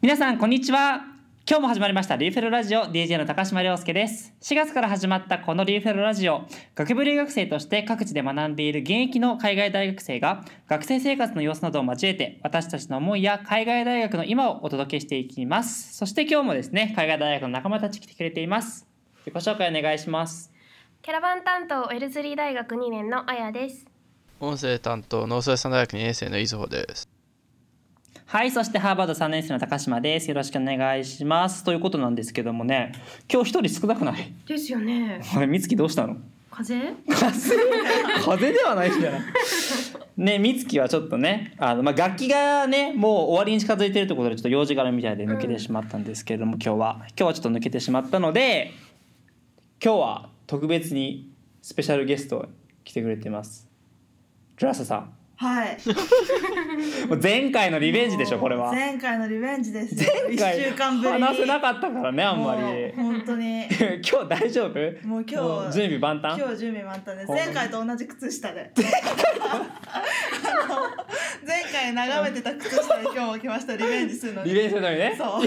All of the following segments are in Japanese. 皆さんこんにちは今日も始まりましたリーフェロラジオ DJ の高島亮介です4月から始まったこのリーフェロラジオ学部留学生として各地で学んでいる現役の海外大学生が学生生活の様子などを交えて私たちの思いや海外大学の今をお届けしていきますそして今日もですね海外大学の仲間たち来てくれています自己紹介お願いしますキャラバン担当ウェルズリー大学2年のあやです。音声担当農水産大学2年生の伊豆穂ですはいそしてハーバード3年生の高島ですよろしくお願いしますということなんですけどもね今日一人少なくない ですよね。あれ美月どうしたの風邪？風 風ではないんじゃない ね美月はちょっとねあの、まあ、楽器がねもう終わりに近づいてるということでちょっと用事があるみたいで抜けてしまったんですけれども、今日は今日はちょっと抜けてしまったので今日は特別にスペシャルゲスト来てくれてますジュラサさんはい。もう前回のリベンジでしょこれは前前回のリベンジです。回一週間ぶりに。話せなかったからねあんまりもう本当に。 今日大丈夫もう今日もう準備万端今日準備満タンです。ほんまに前回と同じ靴下で。 あの前回眺めてた靴下で今日も来ましたリベンジするのリに。ベンジのためにねそう。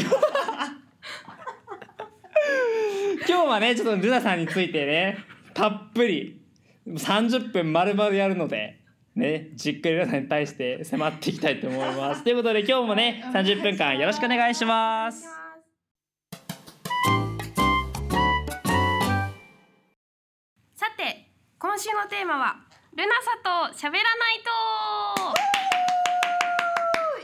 今日はねちょっとルナさんについてねたっぷり30分丸々やるので。ね、じっくりルナさんに対して迫っていきたいと思います。ということで今日もね30分間よろしくお願いします。さて、今週のテーマはルナサと喋らない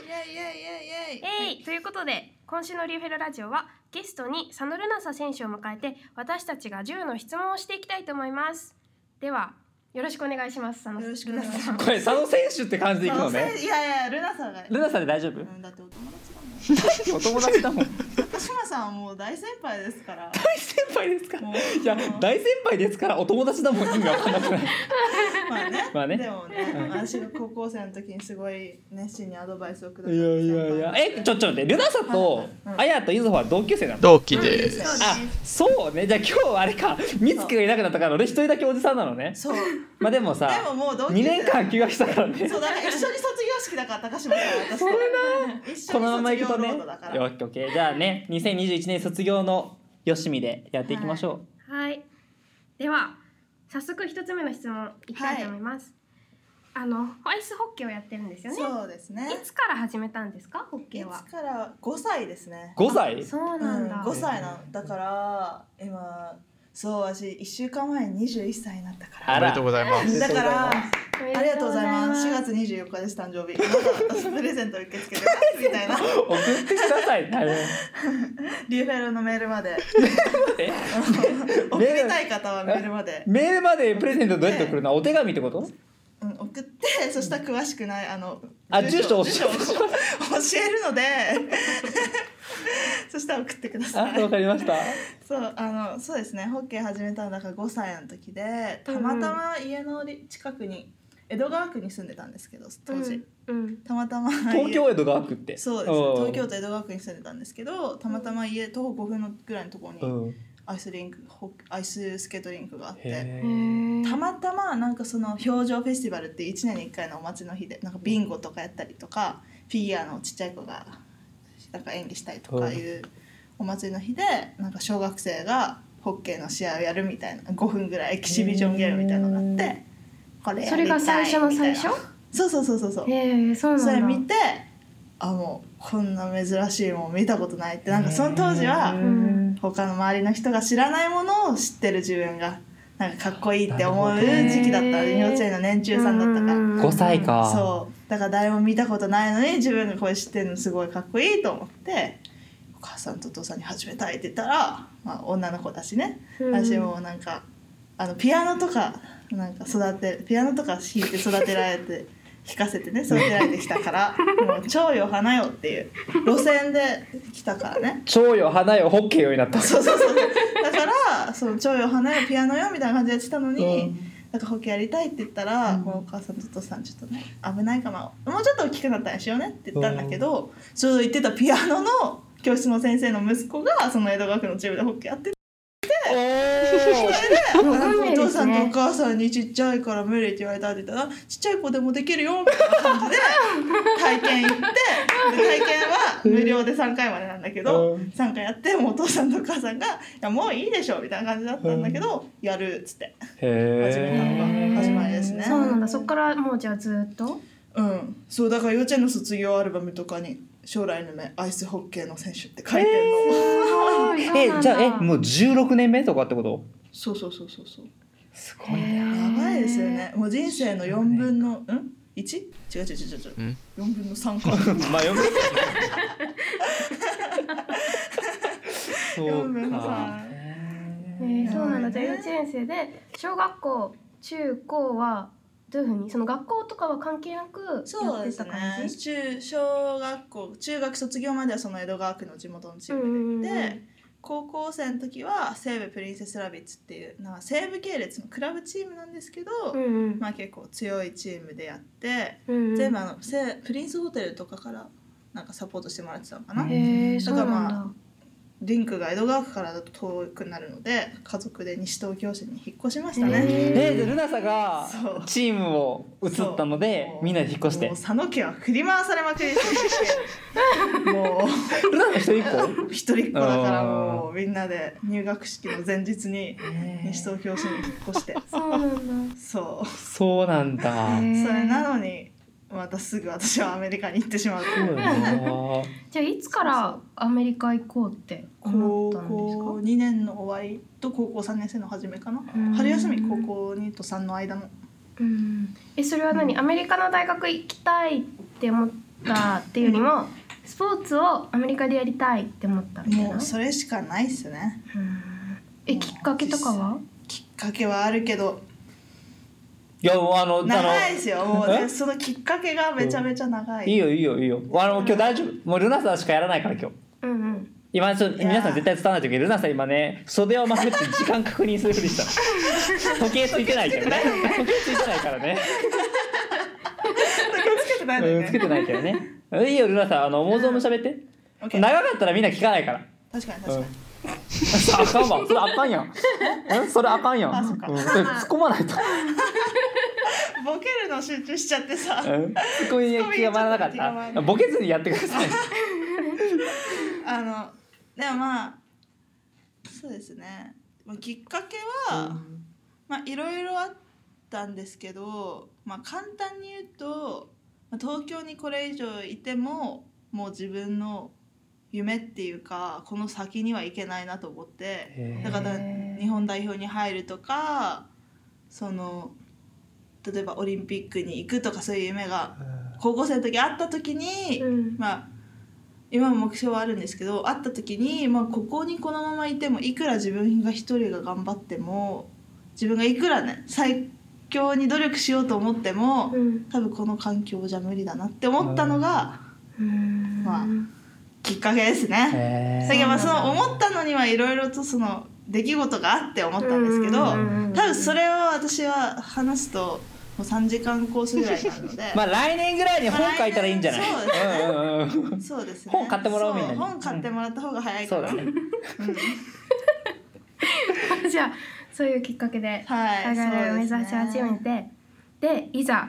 イエイイエイイエイと。えい。ということで、今週のリューフェルラジオはゲストに佐野ルナサ選手を迎えて私たちが10の質問をしていきたいと思います。では、よろしくお願いします。佐野よろしくお願いしますこれ佐野選手って感じでいくのあのね。せいやいやルナさんが。ルナさんで大丈夫う？んだってお友達だもおん。友達だもん。高島さんはもう大先輩ですから。大先輩ですから。もいうや大先輩ですからお友達だもん意味わかんなくない。まあね。まあねでもね、私が高校生の時にすごい熱心にアドバイスをくださいやいやいや。えちょちょっと待ってルナさんとうんあやとゆずほは同級生なの？同期ですそうあそうねじゃあ今日はあれか美月がいなくなったから俺一人だけおじさんなのねそう。まあでもさでももう同級生2年間休学したからね そうだから一緒に卒業式だから高島さん私と一緒このまにまいく卒と業ロねードだからオッケーオッケーじゃあね2021年卒業のよしみでやっていきましょはい。では、早速一つ目の質問いきたいと思います。あのアイスホッケーをやってるんですよね。そうですねいつから始めたんですか、ホッいケーはつ。から5歳ですねう、5歳そううなんん、だ。 5歳なのだから今そう私1週間前に21歳になったかあらおめでとうございますりらがだとうごかざいますらありがとうございます4 4月24日です誕生日まだ私プレゼント受け付けてますみ たいな送ってください大 変リューフェルのメール までえ送りたい方はメールまで、メールまでプレゼントどうやって送るのお手紙ってことうん、送ってそしたら詳しくないあのあ住所教住所を教えるので そしたら送ってくだあさいわかりましたそうあのそうですねホッケー始めたのだから5歳の時でたまたま家のり近くに江戸川区に住んでたんですけど当時、うん。たまたま東京家江戸川区ってそうですね東京都江戸川区に住んでたんですけどたまたま家徒歩5分のぐらいのところにうんアイスリンクホッアイススケートリンクがあってへーへーたまたまなんかその表情フェスティバルって1年に1回のお祭りの日でなんかビンゴとかやったりとかフィギュアのちっちゃい子がなんか演技したりとかいうお祭りの日でなんか小学生がホッケーの試合をやるみたいな5分ぐらいエキシビジョンゲームみたいなのがあってこれやそりれたいがみた最初の最いな初。そうそうそうそうそうへえ、そうそなれんだ。見てあもうこんな珍しいもん見たことないってなんかその当時はうん他の周りの人が知らないものを知ってる自分がなんかかっこいいって思うな時るほどね期だった幼稚園の年中さんだったから、うん5歳。かそうだから誰も見たことないのに自分がこれ知ってるのすごいかっこいいと思ってお母さんとお父さんに始めたいって言ったら、まあ、女の子だしねうん私もなんかあのピアノとかなんか育てピアノとか弾いて育てられて弾かせてね育てられてきたからもう超よ花よっていう路線で来たからね蝶よ花よホッケーよになったそうそうそうだからその超よ花よピアノよみたいな感じでやってたのに、うんなんかホッケーやりたいって言ったら、もうお母さんとお父さんちょっとね危ないかももうちょっと大きくなったらしようねって言ったんだけど、ちょうど行ってたピアノの教室の先生の息子がその江戸川区のチームでホッケーやってておそれで、わかんないおですね父さんとお母さんにちっちゃいから無理って言われたって言ったら、ちっちゃい子でもできるよみたいな感 じで、体験行って、で体験は無料で3回までなんだけど、うん3回やって、もうお父さんとお母さんが、いやもういいでしょみたいな感じだったんだけど、やるっつって。始めたのへがえ始まりですねそうなんだそっからもうじゃあずっとうん、そうだから幼稚園の卒業アルバムとかに将来の夢アイスホッケーの選手って書いてるの、えじゃあえもうう16年目とかってことそうそうそうそうそうすへーやばいですよねもう人生の4分のん 1? 違う違う違う違う、うん4分の3か まあ、よくそうかえーそうなんだじゃあ幼稚園生で小学校中高はどういうふうにその学校とかは関係なくや そっうでてすたね感じ中小学校中学卒業まではその江戸川区の地元のチームうでんうんうんで、高校生の時は西武プリンセスラビッツっていうなんか西武系列のクラブチームなんですけど、うんうんまあ結構強いチームでやってうんうん全部あのせプリンスホテルとかからなんかサポートしてもらってたのかな、へへえそうなんだ、だからリンクが江戸川区からだと遠くなるので家族で西東京市に引っ越しましたね、へえー、でルナサがそうチームを移ったのでもうみんなで引っ越してもう佐野家は振り回されまくりしてもルナサ一人一 う一人っ子だからもうみんなで入学式の前日に西個東京市に引っ越してそうなん だそうそうなんだへーそれなのにまたすぐ私はアメリカに行ってしまうそうだなじゃあいつからアメリカ行こうって思高ったんですか校2年の終わりと高校3年生の初めかなうん春休み高校2と3の間のうんえそれは何、アメリカの大学行きたいって思ったっていうよりもスポーツをアメリカでやりたいって思ったみたいもなうそれしかないっすねうんえきっかけとかはきっかけはあるけどいやもうあのあの長いですよもうねえそのきっかけがめちゃめちゃ長いいいよいいよいいよあの今日大丈夫もうルナサしかやらないから今日うんうん今ちょっといやー皆さん絶対伝わらない時ルナさん今ね袖をまくって時間確認するふりした の時計ついてないけどね時計ついてないからねつけてないんだようんつけねてないけどねいいよルナさんあのもうぞも喋って OK 長かったらみんな聞かないから確かに確かにさああかんわそれあかんやんえそれあかんやんあそっかうんそれ突っ込まないとボケるの集中しちゃってさうん突っ込みに気が回らなか突っ込みに気がっ回らたないボケずにやってくださいあのでもまあそうですねまあきっかけはまあいろいろあったんですけど、まあ、簡単に言うとまあ東京にこれ以上いてももう自分の夢っていうかこの先には行けないなと思ってへーだからへー日本代表に入るとかその例えばオリンピックに行くとかそういう夢が高校生の時あった時に、うんまあ今も目標はあるんですけど会った時に、まあ、ここにこのままいてもいくら自分が一人が頑張っても自分がいくらね最強に努力しようと思ってもうん多分この環境じゃ無理だなって思ったのがうんまあきっかけですね。へだーけどまあその思ったのにはいろいろとその出来事があって思ったんですけどうんうんうんうん多分それを私は話すともう3時間コースぐらいなので まあ来年ぐらいに本書いたらいいんじゃないまあ来年うんうんうんそうですね本買ってもらおうみんなにそ本買ってもらった方が早いかそうらだね。じゃあそういうきっかけではい海外を目指し始めて、でいざ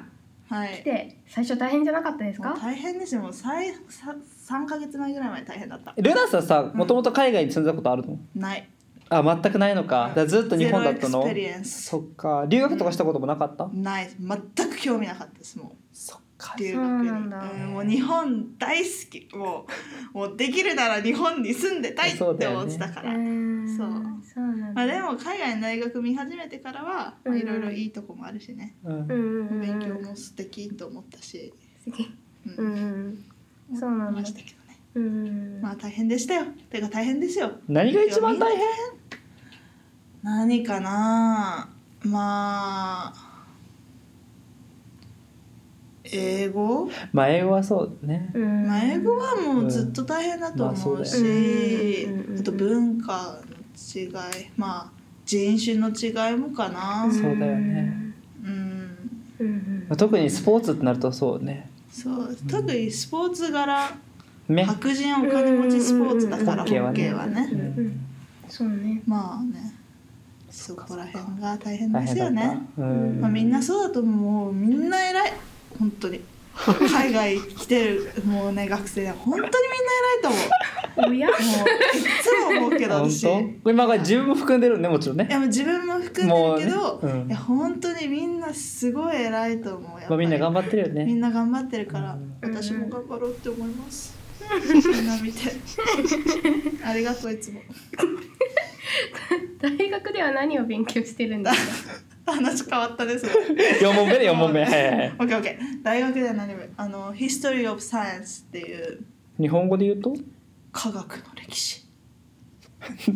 は来い。て最初大変じゃなかったですもかう大変ですよ。もうさいさ三ヶ月前ぐらいまで大変だった。ルナさんさもともと海外に住んだことあるのない。あ全くないのかだからずっと日本だったのゼロエクスペリエンスそっか留学とかしたこともなかった、ない。全く興味なかったです。もそっかう留そ学うに。なんだうんもう日本大好き。もうもうできるなら日本に住んでたいってそうだよね思ってたかうら。んそうそうなんだ、まあでも海外の大学見始めてからはうんいろいろいいとこもあるしね。うんうんうんうん勉強も素敵と思ったし。うんうんうんそうな思いんだましたけどね。うんまあ大変でしたよ。てか大変ですよ。何が一番大いや変何かなまあ英語、まあ英語はそうね、うんまあ、英語はもうずっと大変だと思うし、うんまあそうだよねうんあと文化の違いまあ人種の違いもかなそうだよねうんうんうんまあ、特にスポーツってなるとそうねそう特にスポーツ柄ね白人はお金持ちスポーツだからうんホうんうんッケーはうねんうんそうねまあねそこら辺が大変です大よ変だっね。たうんまあ、みんなそうだと思うみんな偉い本当に海外来てるもうね学生は本当にみんな偉いと思おや うもういっつも思うけど本私い当今が自分も含んでるねもちろんねやもう自分も含んでるけど、もうねうんいや本当にみんなすごい偉いと思うやっまあみんな頑張張ってるよみねんな頑張ってるから、うん私も頑張ろうって思いますみんな見てありがとういつも大学では何を勉強してるんだ 話変わったです四問目ね四問目はいはいはいオッケーオッケー大学では何もあの History of Science っていう日本語で言うと科学の歴史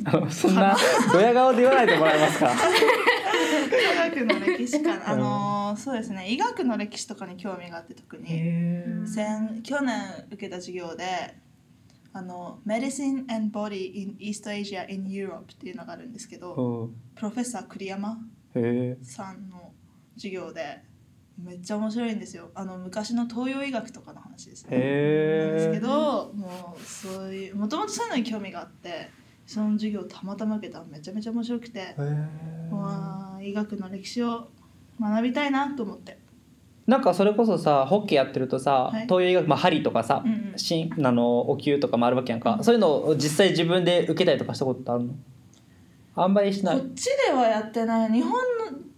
あのそんなドヤ顔で言わないでもらえますか科学の歴史 かなあうんのーそうですね医学の歴史とかに興味があって特にへ先去年受けた授業であの Medicine and Body in East Asia in Europe っていうのがあるんですけどプロフェッサー栗山えさんの授業でめっちゃ面白いんですよあの昔の東洋医学とかの話ですねなんですけへえどもうそういうもともとそういうのに興味があってその授業をたまたま受けたらめちゃめちゃ面白くてわあ医学の歴史を学びたいなと思ってなんかそれこそさホッケーやってるとさ、はい東洋医学、まあ、針とかさ、うんうんしんあのお灸とかもあるわけやんか、うんそういうのを実際自分で受けたりとかしたことあるのあんまりしこないっちではやってない日本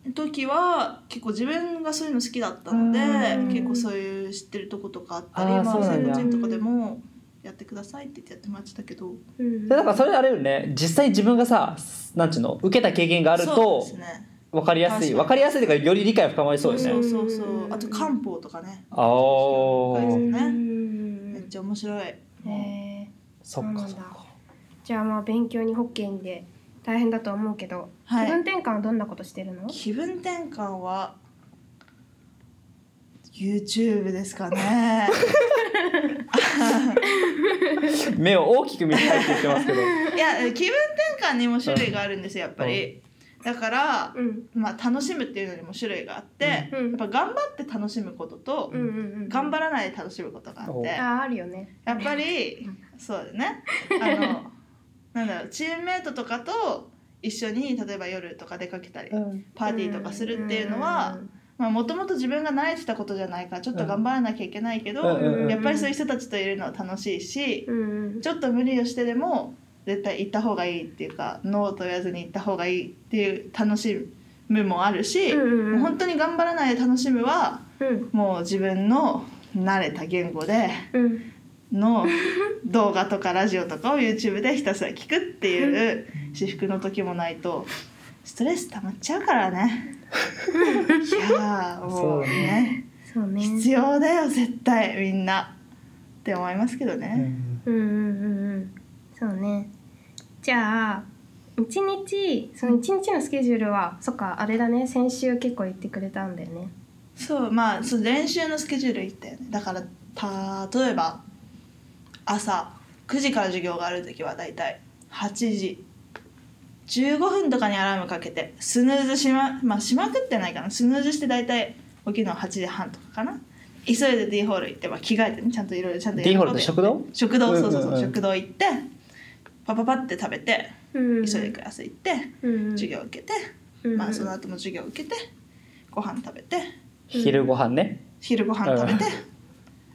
の時は結構自分がそういうの好きだったのでうん結構そういう知ってるとことかあったりあーまそうなんあ専だ門人とかでもやってくださいって言ってやってもらってたけどでだからそれあれよね実際自分がさなんちゅうの受けた経験があるそうとですね分かりやす確かいに分かりやすいというかより理解深まりそうですね、そうそうそううんあと漢方とかねああねめねっちゃ面白いへえそっかそっかじゃあまあ勉強にホッケーで大変だと思うけど、はい気分転換はどんなことしてるの？気分転換は YouTube ですかね 目を大きく見たいって言ってますけ どいや気分転換にも種類があるんですよやっぱりだからうんまあ、楽しむっていうのにも種類があって、うんやっぱ頑張って楽しむことと、うんうんうん。頑張らないで楽しむことがあっおてやあああるよね。っぱりそうだねあ のなんだろうチームメートとかと一緒に例えば夜とか出かけたり、パーティーとかするっていうのはもともと自分が慣れてたことじゃないからちょっと頑張らなきゃいけないけど、うんうんうんやっぱりそういう人たちといるのは楽しいし、うんうんうん。ちょっと無理をしてでも絶対行った方がいいっていうかノーと言わずに行った方がいいっていう楽しむもあるし、うんうんうんもう本当に頑張らないで楽しむはうんもう自分の慣れた言語でうんの動画とかラジオとかを YouTube でひたすら聞くっていう至福の時もないとストレス溜まっちゃうからね。 いやーもうそうねそうね。必要だよ絶対みんなって思いますけどね。うんうんうんうん。そうね。じゃあ一日その一日のスケジュールは、そっかあれだね先週結構言ってくれたんだよね。そうまあその練習のスケジュールいったよねだから例えば朝9時から授業がある時はだいたい8時15分とかにアラームかけてスヌーズしままあしまくってないかなスヌーズしてだいたい起きるのは8時半とかかな急いで D ホール行って、まあ、着替えてねちゃんといろいろちゃんとやる D ホーこルとでや食堂食堂そうそうそう、うんうんうん食堂行ってパパパって食べてうん急いでクラス行ってうんうん授業受けて、うんうんまあ、その後も授業受けてご飯食べて昼ご飯ね昼ご飯食べて、うん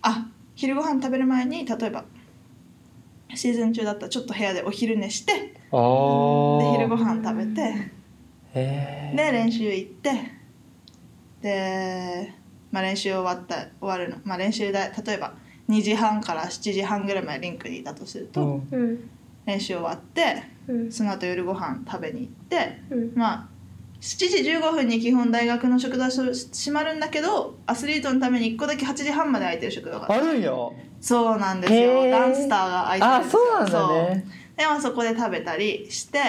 あ昼ご飯食べる前に例えばシーズン中だったらちょっと部屋でお昼寝してでああ昼ご飯食べてへで練習行ってで、まあ、練習終わった終わるの、まあ、練習だ例えば2時半から7時半ぐらいまでリンクにいたとすると、うんうん練習終わってうんその後夜ご飯食べに行ってうんまあ7時15分に基本大学の食堂は閉まるんだけどアスリートのために1個だけ8時半まで空いてる食堂があってあるんよそうなんですへよーダンスターが空いてるあんですよそうなんだねそうでまあそこで食べたりしてへ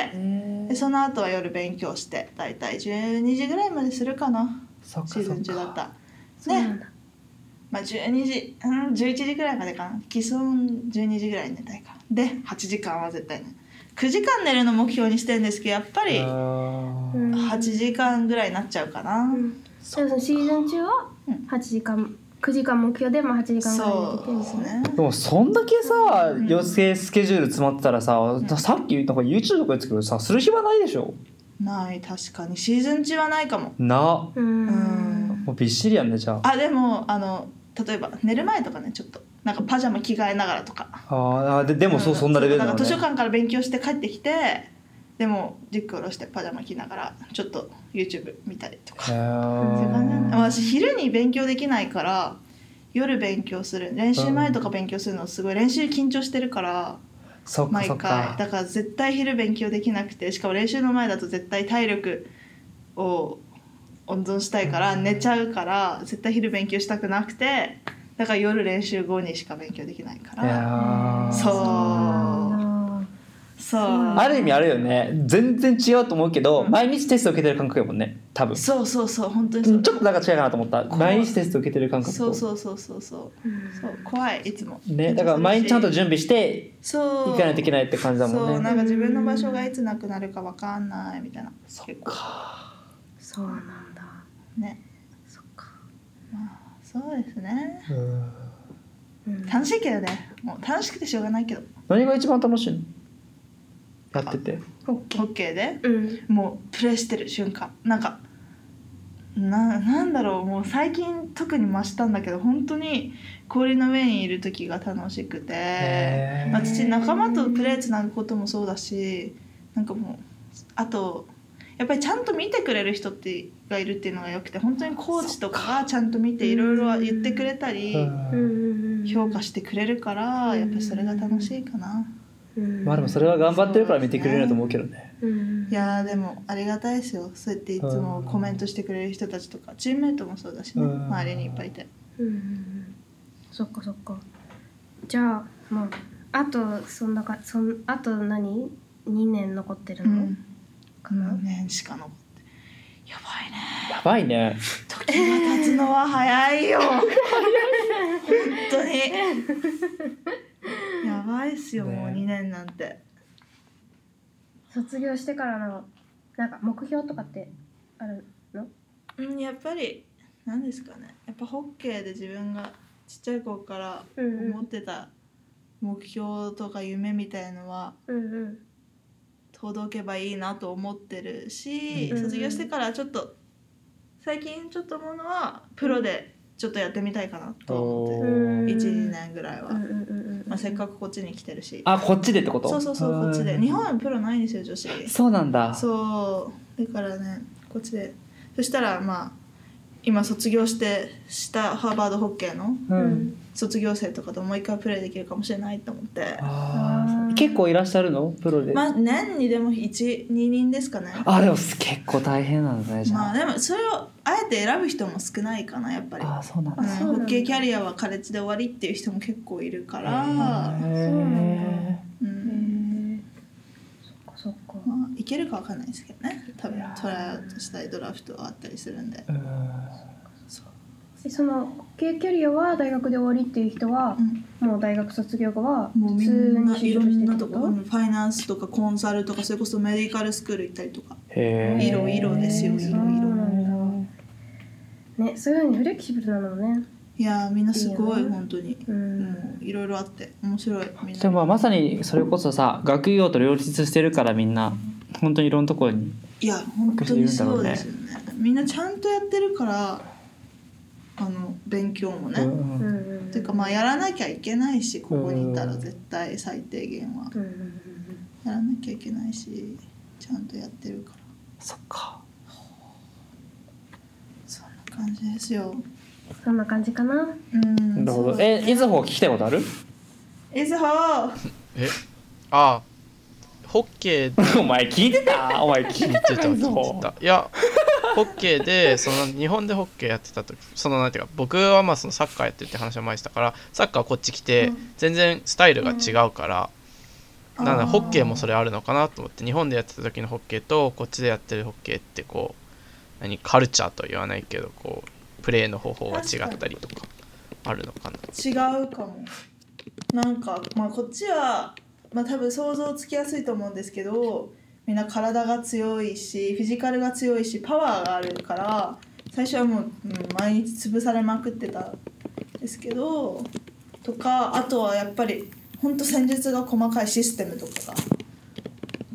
でーその後は夜勉強してだいたい12時ぐらいまでするかなそっかシーズン中だっそたそうなんねだ。まあ12時うん11時ぐらいまでかな基本12時ぐらいに寝たいからで8時間は絶対ね9時間寝るの目標にしてるんですけどやっぱりあうーん8時間ぐらいになっちゃうかな、うんじゃあそのシーズン中はうん8時間9時間目標でまあ8時間ぐらい寝そてうてみでたすいなねでもそんだけさうん予定スケジュール詰まってたらさ、んさっき言った YouTube とか言ってたけどさする暇ないでしょない確かにシーズン中はないかもなう。うんんもうびっしりやんねじゃああでもあの例えば寝る前とかねちょっとなんかパジャマ着替えながらとかあーででもそうそんなレベルなそのうねんか図書館から勉強して帰ってきてでもリュック下ろしてパジャマ着ながらちょっと YouTube 見たりとかへそういう感じなんだー私昼に勉強できないから夜勉強する練習前とか勉強するのすごい練習緊張してるからそっか毎そっ回だかから絶対昼勉強できなくてしかも練習の前だと絶対体力を温存したいから寝ちゃうから絶対昼勉強したくなくてだから夜練習後にしか勉強できないかいらやーそうそうある意味あるよね全然違うと思うけど、うん毎日テスト受けてる感覚やもんね多分ちそうそうそう本当にそょうっとなんか違うかなと思った怖い毎日テスト受けてる感覚とそうそうそうそうそうそう怖いいつもね、だから毎日ちゃんと準備してそう行かないといけないって感じだもそうんなねんか自分の場所がいつなくなるかわかんないみたいなそっ結構かそうなんだ。ねそっか。まあそうですねうんうん楽しいけどねもう楽しくてしょうがないけど何が一番楽しいのやっててオッケー。 OK でうん。もうプレイしてる瞬間なんかななんだろうもう最近特に増したんだけど本当に氷の上にいる時が楽しくて、へーまあ、父仲間とプレーつなぐこともそうだしなんかもうあとやっぱりちゃんと見てくれる人ってがいるっていうのがよくて本当にコーチとかがちゃんと見ていろいろ言ってくれたりうん。評価してくれるからやっぱりそれが楽しいかな。うん。まあでもそれは頑張ってるから見てくれるんだと思うけどねうん。いやーでもありがたいですよそうやっていつもコメントしてくれる人たちとかチームメイトもそうだしねうん周りにいっぱいいてうんうんうんそっかそっかじゃあまああとそんなかそんあと何2年残ってるうの、んかな、年しか残ってやばいねやばいね時が経つのは早いよ本当にやばいっすよもうね2年なんて卒業してからのなんか目標とかってあるのうんやっぱり何ですかねやっぱホッケーで自分がちっちゃい頃からうん思ってた目標とか夢みたいのはうんうん届けばいいなと思ってるし、うん卒業してからちょっと最近ちょっと思うのはプロでちょっとやってみたいかなと思ってうんる12年ぐらいは、うんうんうんうんまあ、せっかくこっちに来てるしあこっちでってことそうそうそうこっちで日本はプロないんですよ女子そうなんだそうだからねこっちでそしたらまあ今卒業してしたハーバードホッケーのううんん卒業生とかともう一回プレーできるかもしれないと思ってああーー結構いらっしゃるのプロで、まあ年にでも12人ですかねあでもす結構大変なんだねじゃあ、まあでもそれをあえて選ぶ人も少ないかなやっぱり、あーそうなんうだん、そうホなんだッケーキャリアはカレッジで終わりっていう人も結構いるかあら、そうなんだうへんえそっかそっかまあ、いけるかわかんないですけどね多分いやートライアウトしたいドラフトはあったりするんで、えそのホッケーキャリアは大学で終わりっていう人はう、ん、もう大学卒業後はも普うみ通んにない就ろ職しんてなるところファイナンスとかコンサルとかそれこそメディカルスクール行ったりとかへえいろいろですよいろいろねそういうふうにフレキシブルなのねいやーみんなすごいいいよね本当にうもんういろいろあって面白いみんでなもまあまさにそれこそさ学業と両立してるからみんな本当にいろんなところにいや本当にそうですよねみんなちゃんとやってるからあの勉強もね、うんううんんうんていうかまあやらなきゃいけないしここにいたらうん絶対最低限はうんうんうんやらなきゃいけないしちゃんとやってるからそっかそんな感じですよそんな感じかなうんなるほそうどえいずほ聞きたいことあるいずほえああホッケー お前聞いてたお前聞いて聞いてたたいず聞いほてたいやホッケーでその日本でホッケーやってた時そのなんていうか僕はまあそのサッカーやってるって話は前にしたからサッカーはこっち来て全然スタイルが違うから、なんだホッケーもそれあるのかなと思って日本でやってた時のホッケーとこっちでやってるホッケーってこう何カルチャーとは言わないけどこうプレーの方法が違ったりとかあるのかな違うかもなんかまあこっちはまあ多分想像つきやすいと思うんですけどみんな体が強いしフィジカルが強いしパワーがあるから最初はもう、うん毎日潰されまくってたんですけどとかあとはやっぱりほんと戦術が細かいシステムとかが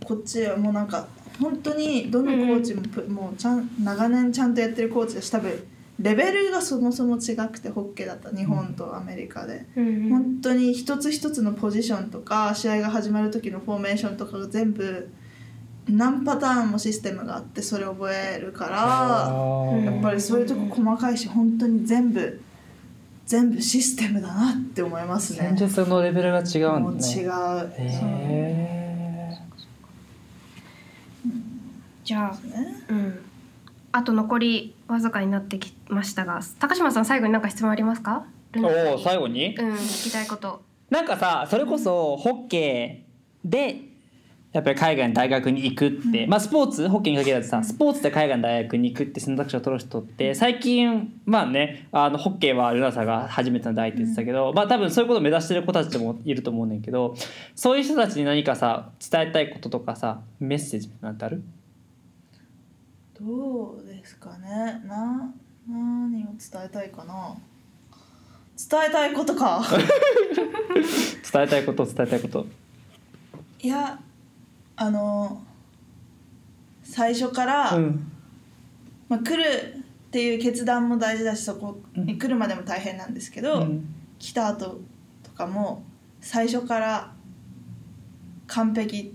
こっちはもうなんか本当にどのコーチもプ、もうちゃん長年ちゃんとやってるコーチだし多分レベルがそもそも違くてホッケーだった日本とアメリカで、うんうん本当に一つ一つのポジションとか試合が始まる時のフォーメーションとかが全部何パターンもシステムがあってそれを覚えるからーやっぱりそういうとこ細かいし本当に全部全部システムだなって思いますね戦。術のレベルが違うんもうだね違う。そうへじゃあねうんあと残りわずかになってきましたが高島さん最後に何か質問ありますかルえナさんにおお最後にうん聞きたいことなんかさそれこそホッケーでやっぱり海外の大学に行くって、まあスポーツホッケーに限らずさスポーツで海外の大学に行くって選択肢を取る人って最近まあねあのホッケーはルナさんが初めての代って言ってたけど、まあ多分そういうことを目指してる子たちもいると思うねんけどそういう人たちに何かさ伝えたいこととかさメッセージなんてあるどうですかねな何を伝えたいかな伝えたいこ とか伝えたいこと伝えたいこと。いやあの最初から、うんまあ、来るっていう決断も大事だしそこに来るまでも大変なんですけうど、ん来た後とかも最初から完璧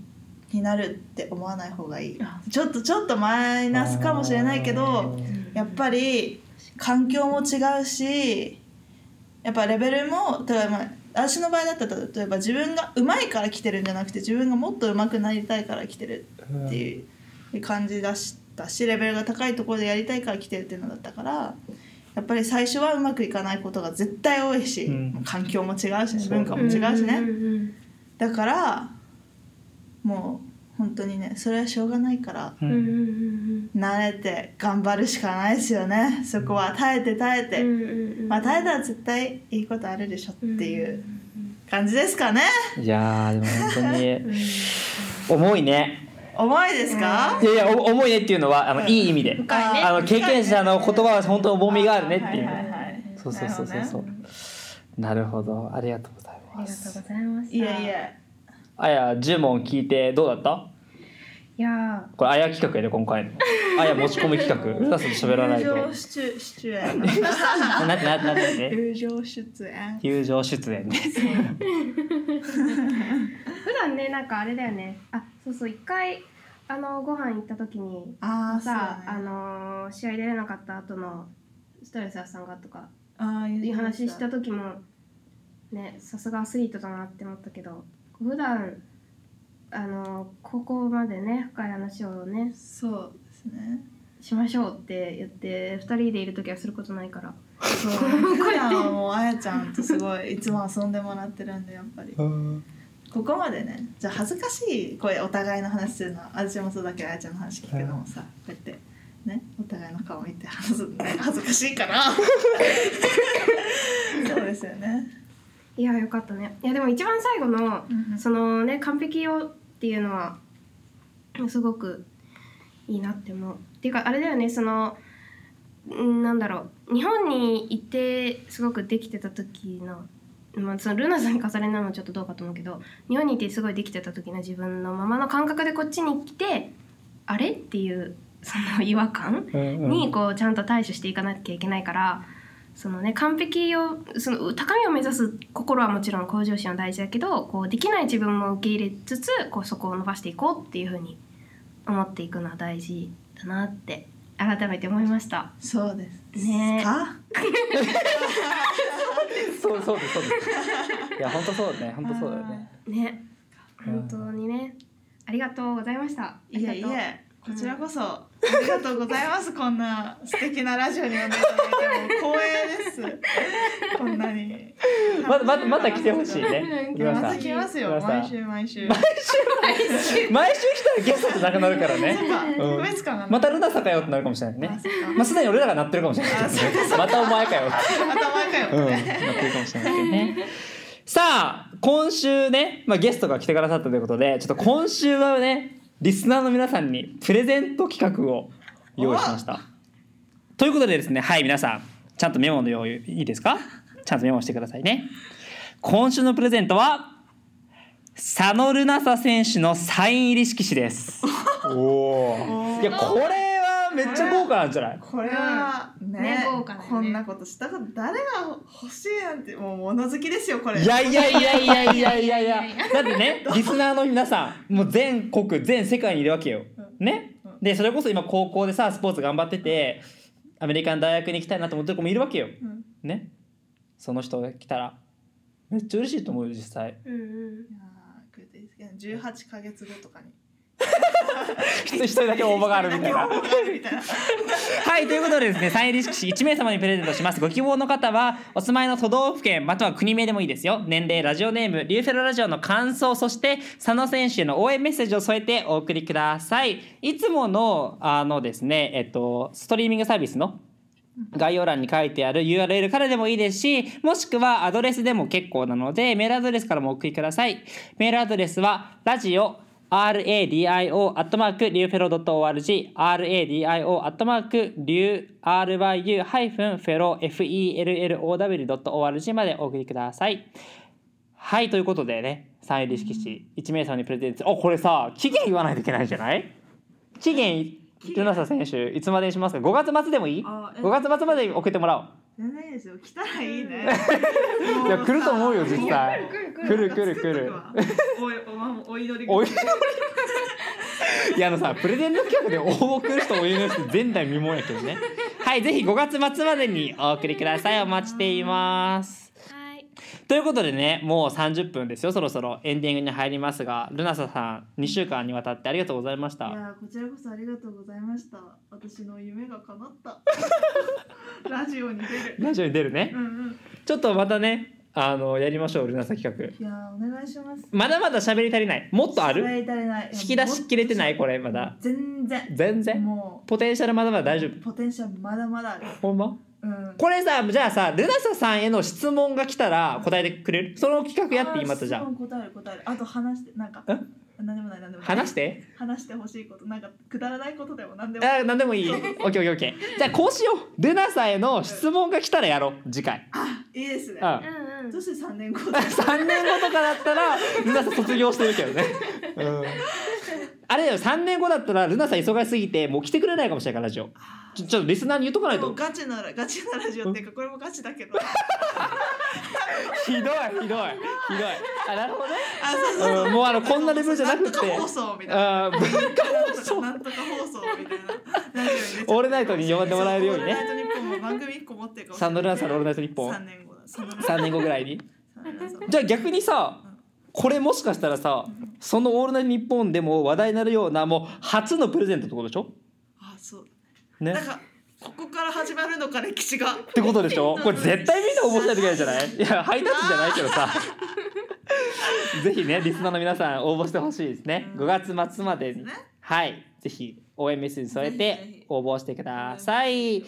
になるって思わない方がいいちょっとちょっとマイナスかもしれないけどやっぱり環境も違うしやっぱレベルも例えばまあ私の場合だったら例えば自分が上手いから来てるんじゃなくて自分がもっと上手くなりたいから来てるっていう感じだしたしレベルが高いところでやりたいから来てるっていうのだったからやっぱり最初はうまくいかないことが絶対多いし、うん環境も違うし、ね、そう文化も違うしね、うんうんうんだからもう本当にねそれはしょうがないからううんうんうんん慣れて頑張るしかないですよねそこは耐えて耐えうんうて、んうんうんまあ耐えたら絶対いいことあるでしょっていう感じですかねいやーでも本当にうん重いね。重いですか、いやいやお重いねっていうのはあの、うんいい意味で、いねあの経験者の言葉は本当重みがあるねっはてい、いうはいはいそうそうそうそうそう、なるほどありがとうございあまりがとうすございましたいやいやあや10問聞いてどうだったいやこれあや企画やで今 回のあや持ち込み企画うらさんと喋らないと友情出出演なってなってなってね 友情出演友情出演ねー普段ねなんかあれだよねあそうそう一回あのご飯行った時にああそうさあだねのー試合出れなかった後のストレス発散がとかああいう話した時もねさすがアスリートだなって思ったけど普段あのここまでね深い話をねそうですねしましょうって言って2人でいる時はすることないからそう普段はもうあやちゃんとすごいいつも遊んでもらってるんでやっぱりここまでねじゃあ恥ずかしい声お互いの話するのは私もそうだけどあやちゃんの話聞くのもさこうやってねお互いの顔見て話すのね恥ずかし いからそうですよね、いやよかったねいやでも一番最後のそのね完璧をっていうのはすごくいいなって思う。っていうかあれだよねそのんなんだろう日本にいてすごくできてた時の,、まあ、そのルナさんに重ねるのもちょっとどうかと思うけど日本にいてすごいできてた時の自分のままの感覚でこっちに来てあれっていうその違和感、にこうちゃんと対処していかなきゃいけないからそのね完璧をその高みを目指す心はもちろん向上心は大事だけどこうできない自分も受け入れつつこうそこを伸ばしていこうっていうふうに思っていくのは大事だなって改めて思いました。そうですねかそうそうですそう ですいや本当そうだね本当そうだよねね本当にねありがとうございました。ありいがやというやこちらこそ、ありがとうございますこんな素敵なラジオに呼んでいただいてもう光栄ですこんなにまままた来てほしいねうんルナまさたん来ますルよナさん毎週毎週毎週来たらゲストってなくなるからねそうかうん特別感がまたルナさんかよってなるかもしれないねあそうかまあ、すでに俺らが鳴ってるかもしれないけどねまたお前かよ。頭うかん、よ、鳴ってるかもしれないけどね。さあ、今週ね、まあ、ゲストが来てくださったということで、ちょっと今週はね、リスナーの皆さんにプレゼント企画を用意しました。ということでですね、はい、皆さん、ちゃんとメモの用意いいですかちゃんとメモしてくださいね。今週のプレゼントは、佐野ルナサ選手のサイン入り色紙です。おお。いやこれはめっちゃ豪華なんじゃない？これはね,、ね豪華だよねこんなことしたこと誰が欲しいなんてもう物好きですよこれいやいやいやいやいやいやい やいやいやい。だってねリスナーの皆さんもう全国全世界にいるわけよ。ねうん。でそれこそ今高校でさスポーツ頑張っててアメリカの大学に行きたいなと思ってる子もいるわけよ。うんね。その人が来たらめっちゃ嬉しいと思うよ実際。 うんうんいやーくれていいですけど18ヶ月後とかに 一人だけ応募があるみたいな。応募があるみたいなはい、ということでですね、サイン入り色紙1名様にプレゼントします。ご希望の方は、お住まいの都道府県、または国名でもいいですよ。年齢、ラジオネーム、リューフェロラジオの感想、そして、佐野選手への応援メッセージを添えてお送りください。いつもの、あのですね、えっと、ストリーミングサービスの概要欄に書いてある URL からでもいいですし、もしくはアドレスでも結構なので、メールアドレスからもお送りください。メールアドレスは、ラジオ radio アットマークリューフェロ .org radio アットマークリュー ryu ハイフンフェロ fellw.org までお送りください。はい、ということでね、サイン入り色紙1名様にプレゼント。お、これさ、期限言わないといけないじゃない期限、ルナサ選手、いつまでにしますか ?5 月末でもいいあえ ?5 月末までに送ってもらおう。全然いいですよ来たらいいねいや来ると思うよ実際来る来来るる来る来るおおまお祈りお祈りいやあのさプレゼント企画で応募来る人お祈りして前代未聞やけど ねはい、ぜひ5月末までにお送りください。お待ちしています。はいということでね、もう30分ですよ、そろそろエンディングに入りますが、ルナサさん、2週間にわたってありがとうございましいた。やーこちらこそありがとうございました私の夢が叶った ラジオに出るラジオに出るねう。んうんちょっとまたね、あの、やりましょう、ルナサ企画。いやーお願いしますまだまだ喋り足りない。もっとあそるれは至れない引き出しきれてないこれ、まだ。全然全然。もポテンシャルまだまだう大丈夫。ポテンシャルまだまだあるほんまうんこれさ、じゃあさ、ルナサさんへの質問が来たら答えてくれるその企画やって今とじゃあーん。質問答える答えるあと話してなんか何でもない何でもない話して。話してほしいことなんかくだらないことでも何でもあ何でも いい。オッケーオッケーオッケー。じゃあこうしよう。ルナさんへの質問が来たらやろう。次回。いいですねうん。 うんうん女子3年後だ3年後とかだったらルナさん卒業してるけどね。うん。あれだよ3年後だったらルナさん忙しすぎてもう来てくれないかもしれないからラジオちょちょっとリスナーに言っとかないでもとガチならガチなラジオっていうかこれもガチだけどあひどいひどいひどいあなるほどねそうそううんもうあのこんなレベルじゃなくてんとか放送みたいなあなんとかなんとか放送みたいなラジオに出ちゃうオールナイトに呼んでもらえるようにねそうオールナイト日本も番組1個持ってるかもしサれンドないルナさんのオールナイト日本3年後だ三年後3年後ぐらいに三年後じゃあ逆にさうんこれもしかしたらさその「オールナイトニッポン」でも話題になるようなもう初のプレゼントってことでしょあそうねなんかここから始まるのか歴史がってことでし ょこれ絶対みんな面白いといけないじゃないいやハイタッチじゃないけど さぜひねリスナーの皆さん応募してほしいですねうん5月末までにねはいぜひ応援メッセージ添えぜひぜてひ応募してください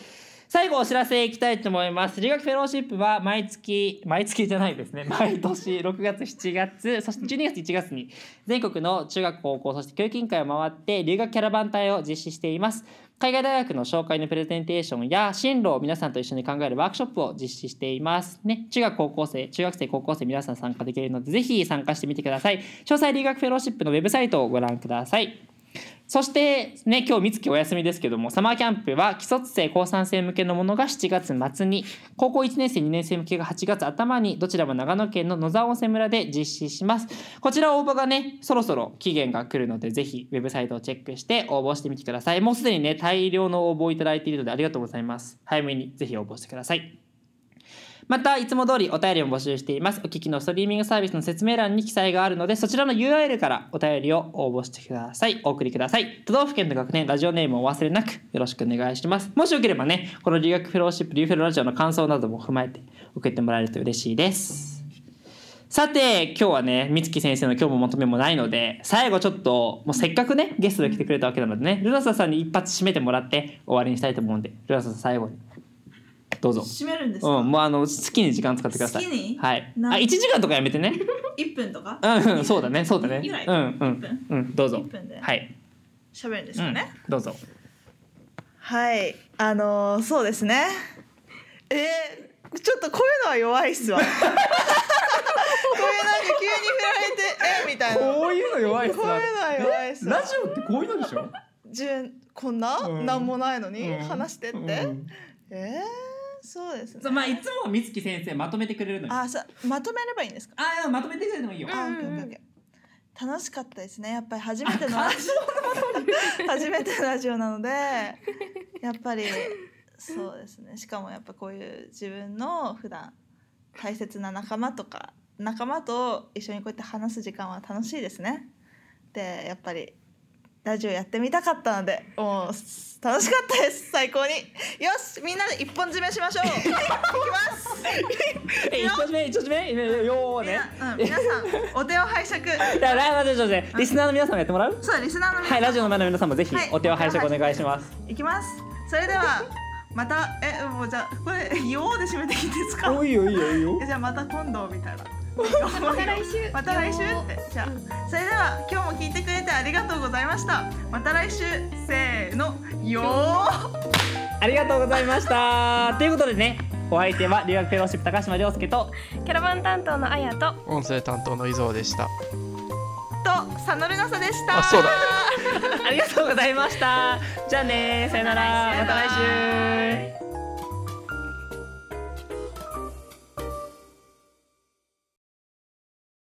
最後お知らせいきたいと思います留学フェローシップは毎月毎月じゃない ですね毎年6月7月そして12月1月に全国の中学高校そして教育委員会を回って留学キャラバン隊を実施しています海外大学の紹介のプレゼンテーションや進路を皆さんと一緒に考えるワークショップを実施していますね中学高校生中学生高校生皆さん参加できるのでぜひ参加してみてください詳細留学フェローシップのウェブサイトをご覧くださいそしてね今日三月お休みですけどもサマーキャンプは既卒生高3生向けのものが7月末に高校1年生2年生向けが8月頭にどちらも長野県の野沢温泉村で実施しますこちら応募がねそろそろ期限が来るのでぜひウェブサイトをチェックして応募してみてくださいもうすでにね大量の応募をいただいているのでありがとうございます早めにぜひ応募してくださいまたいつも通りお便りも募集していますお聞きのストリーミングサービスの説明欄に記載があるのでそちらの URL からお便りを応募してくださいお送りください都道府県の学年ラジオネームをお忘れなくよろしくお願いしますもしよければねこの留学フェローシップリューフェロラジオの感想なども踏まえて送ってもらえると嬉しいですさて今日はね美月先生の今日も求めもないので最後ちょっともうせっかくねゲストで来てくれたわけなのでねルナサさんに一発締めてもらって終わりにしたいと思うんでルナサさん最後にどうぞ閉めるんですか、うん、もうあの好きに時間使ってください。好きにはい。なあ、一時間とかやめてね。 1分とかうんうん、そうだね、そうだね。いいわようんうん分、うん、どう1ぞ。分ではい。喋るんですうよんね、、どうぞ。はいあのーそうですねえちょっとこういうのは弱いっすわこういうなんか急に振られてえみたいなここういうの弱いっすういうのなは弱いっすわラジオってこういうのでしょじゅんこんな、うんなんもないのに、うん話してって、うんえー、そうですねそうまあいつも美月先生まとめてくれるのよああさまとめればいいんですか、あまとめてくれてもいいよあうんオッケーオッケーオッケー楽しかったですねやっぱり初めてのラジオ初めてのラジオなのでやっぱりそうですねしかもやっぱこういう自分の普段大切な仲間とか仲間と一緒にこうやって話す時間は楽しいですねでやっぱりラジオやってみたかったのでもう楽しかったです最高によしみんなで一本締め しましょういきますえ一丁目一丁目よーみんねな、うん、皆さんお手を拝借いやラジオでリスナーの皆さんもやってもらうそうリスナーの皆さんはいラジオの前の皆さんもぜひはいお手を拝借お願いしますいきますそれではまたえもうじゃあこれ「よう」で締めていいですかおいよいいよいいよえじゃあまた今度みたいなまた来週 また来週ってじゃあそれでは今日も聞いてくれてありがとうございましたまた来週せーのよーありがとうございましたということでねお相手は留学フェローシップ高島亮介とキャラバン担当のあやと音声担当の伊蔵でしたと佐野ルナサでしたあそうだありがとうございましたじゃあねさよならままたた来来週週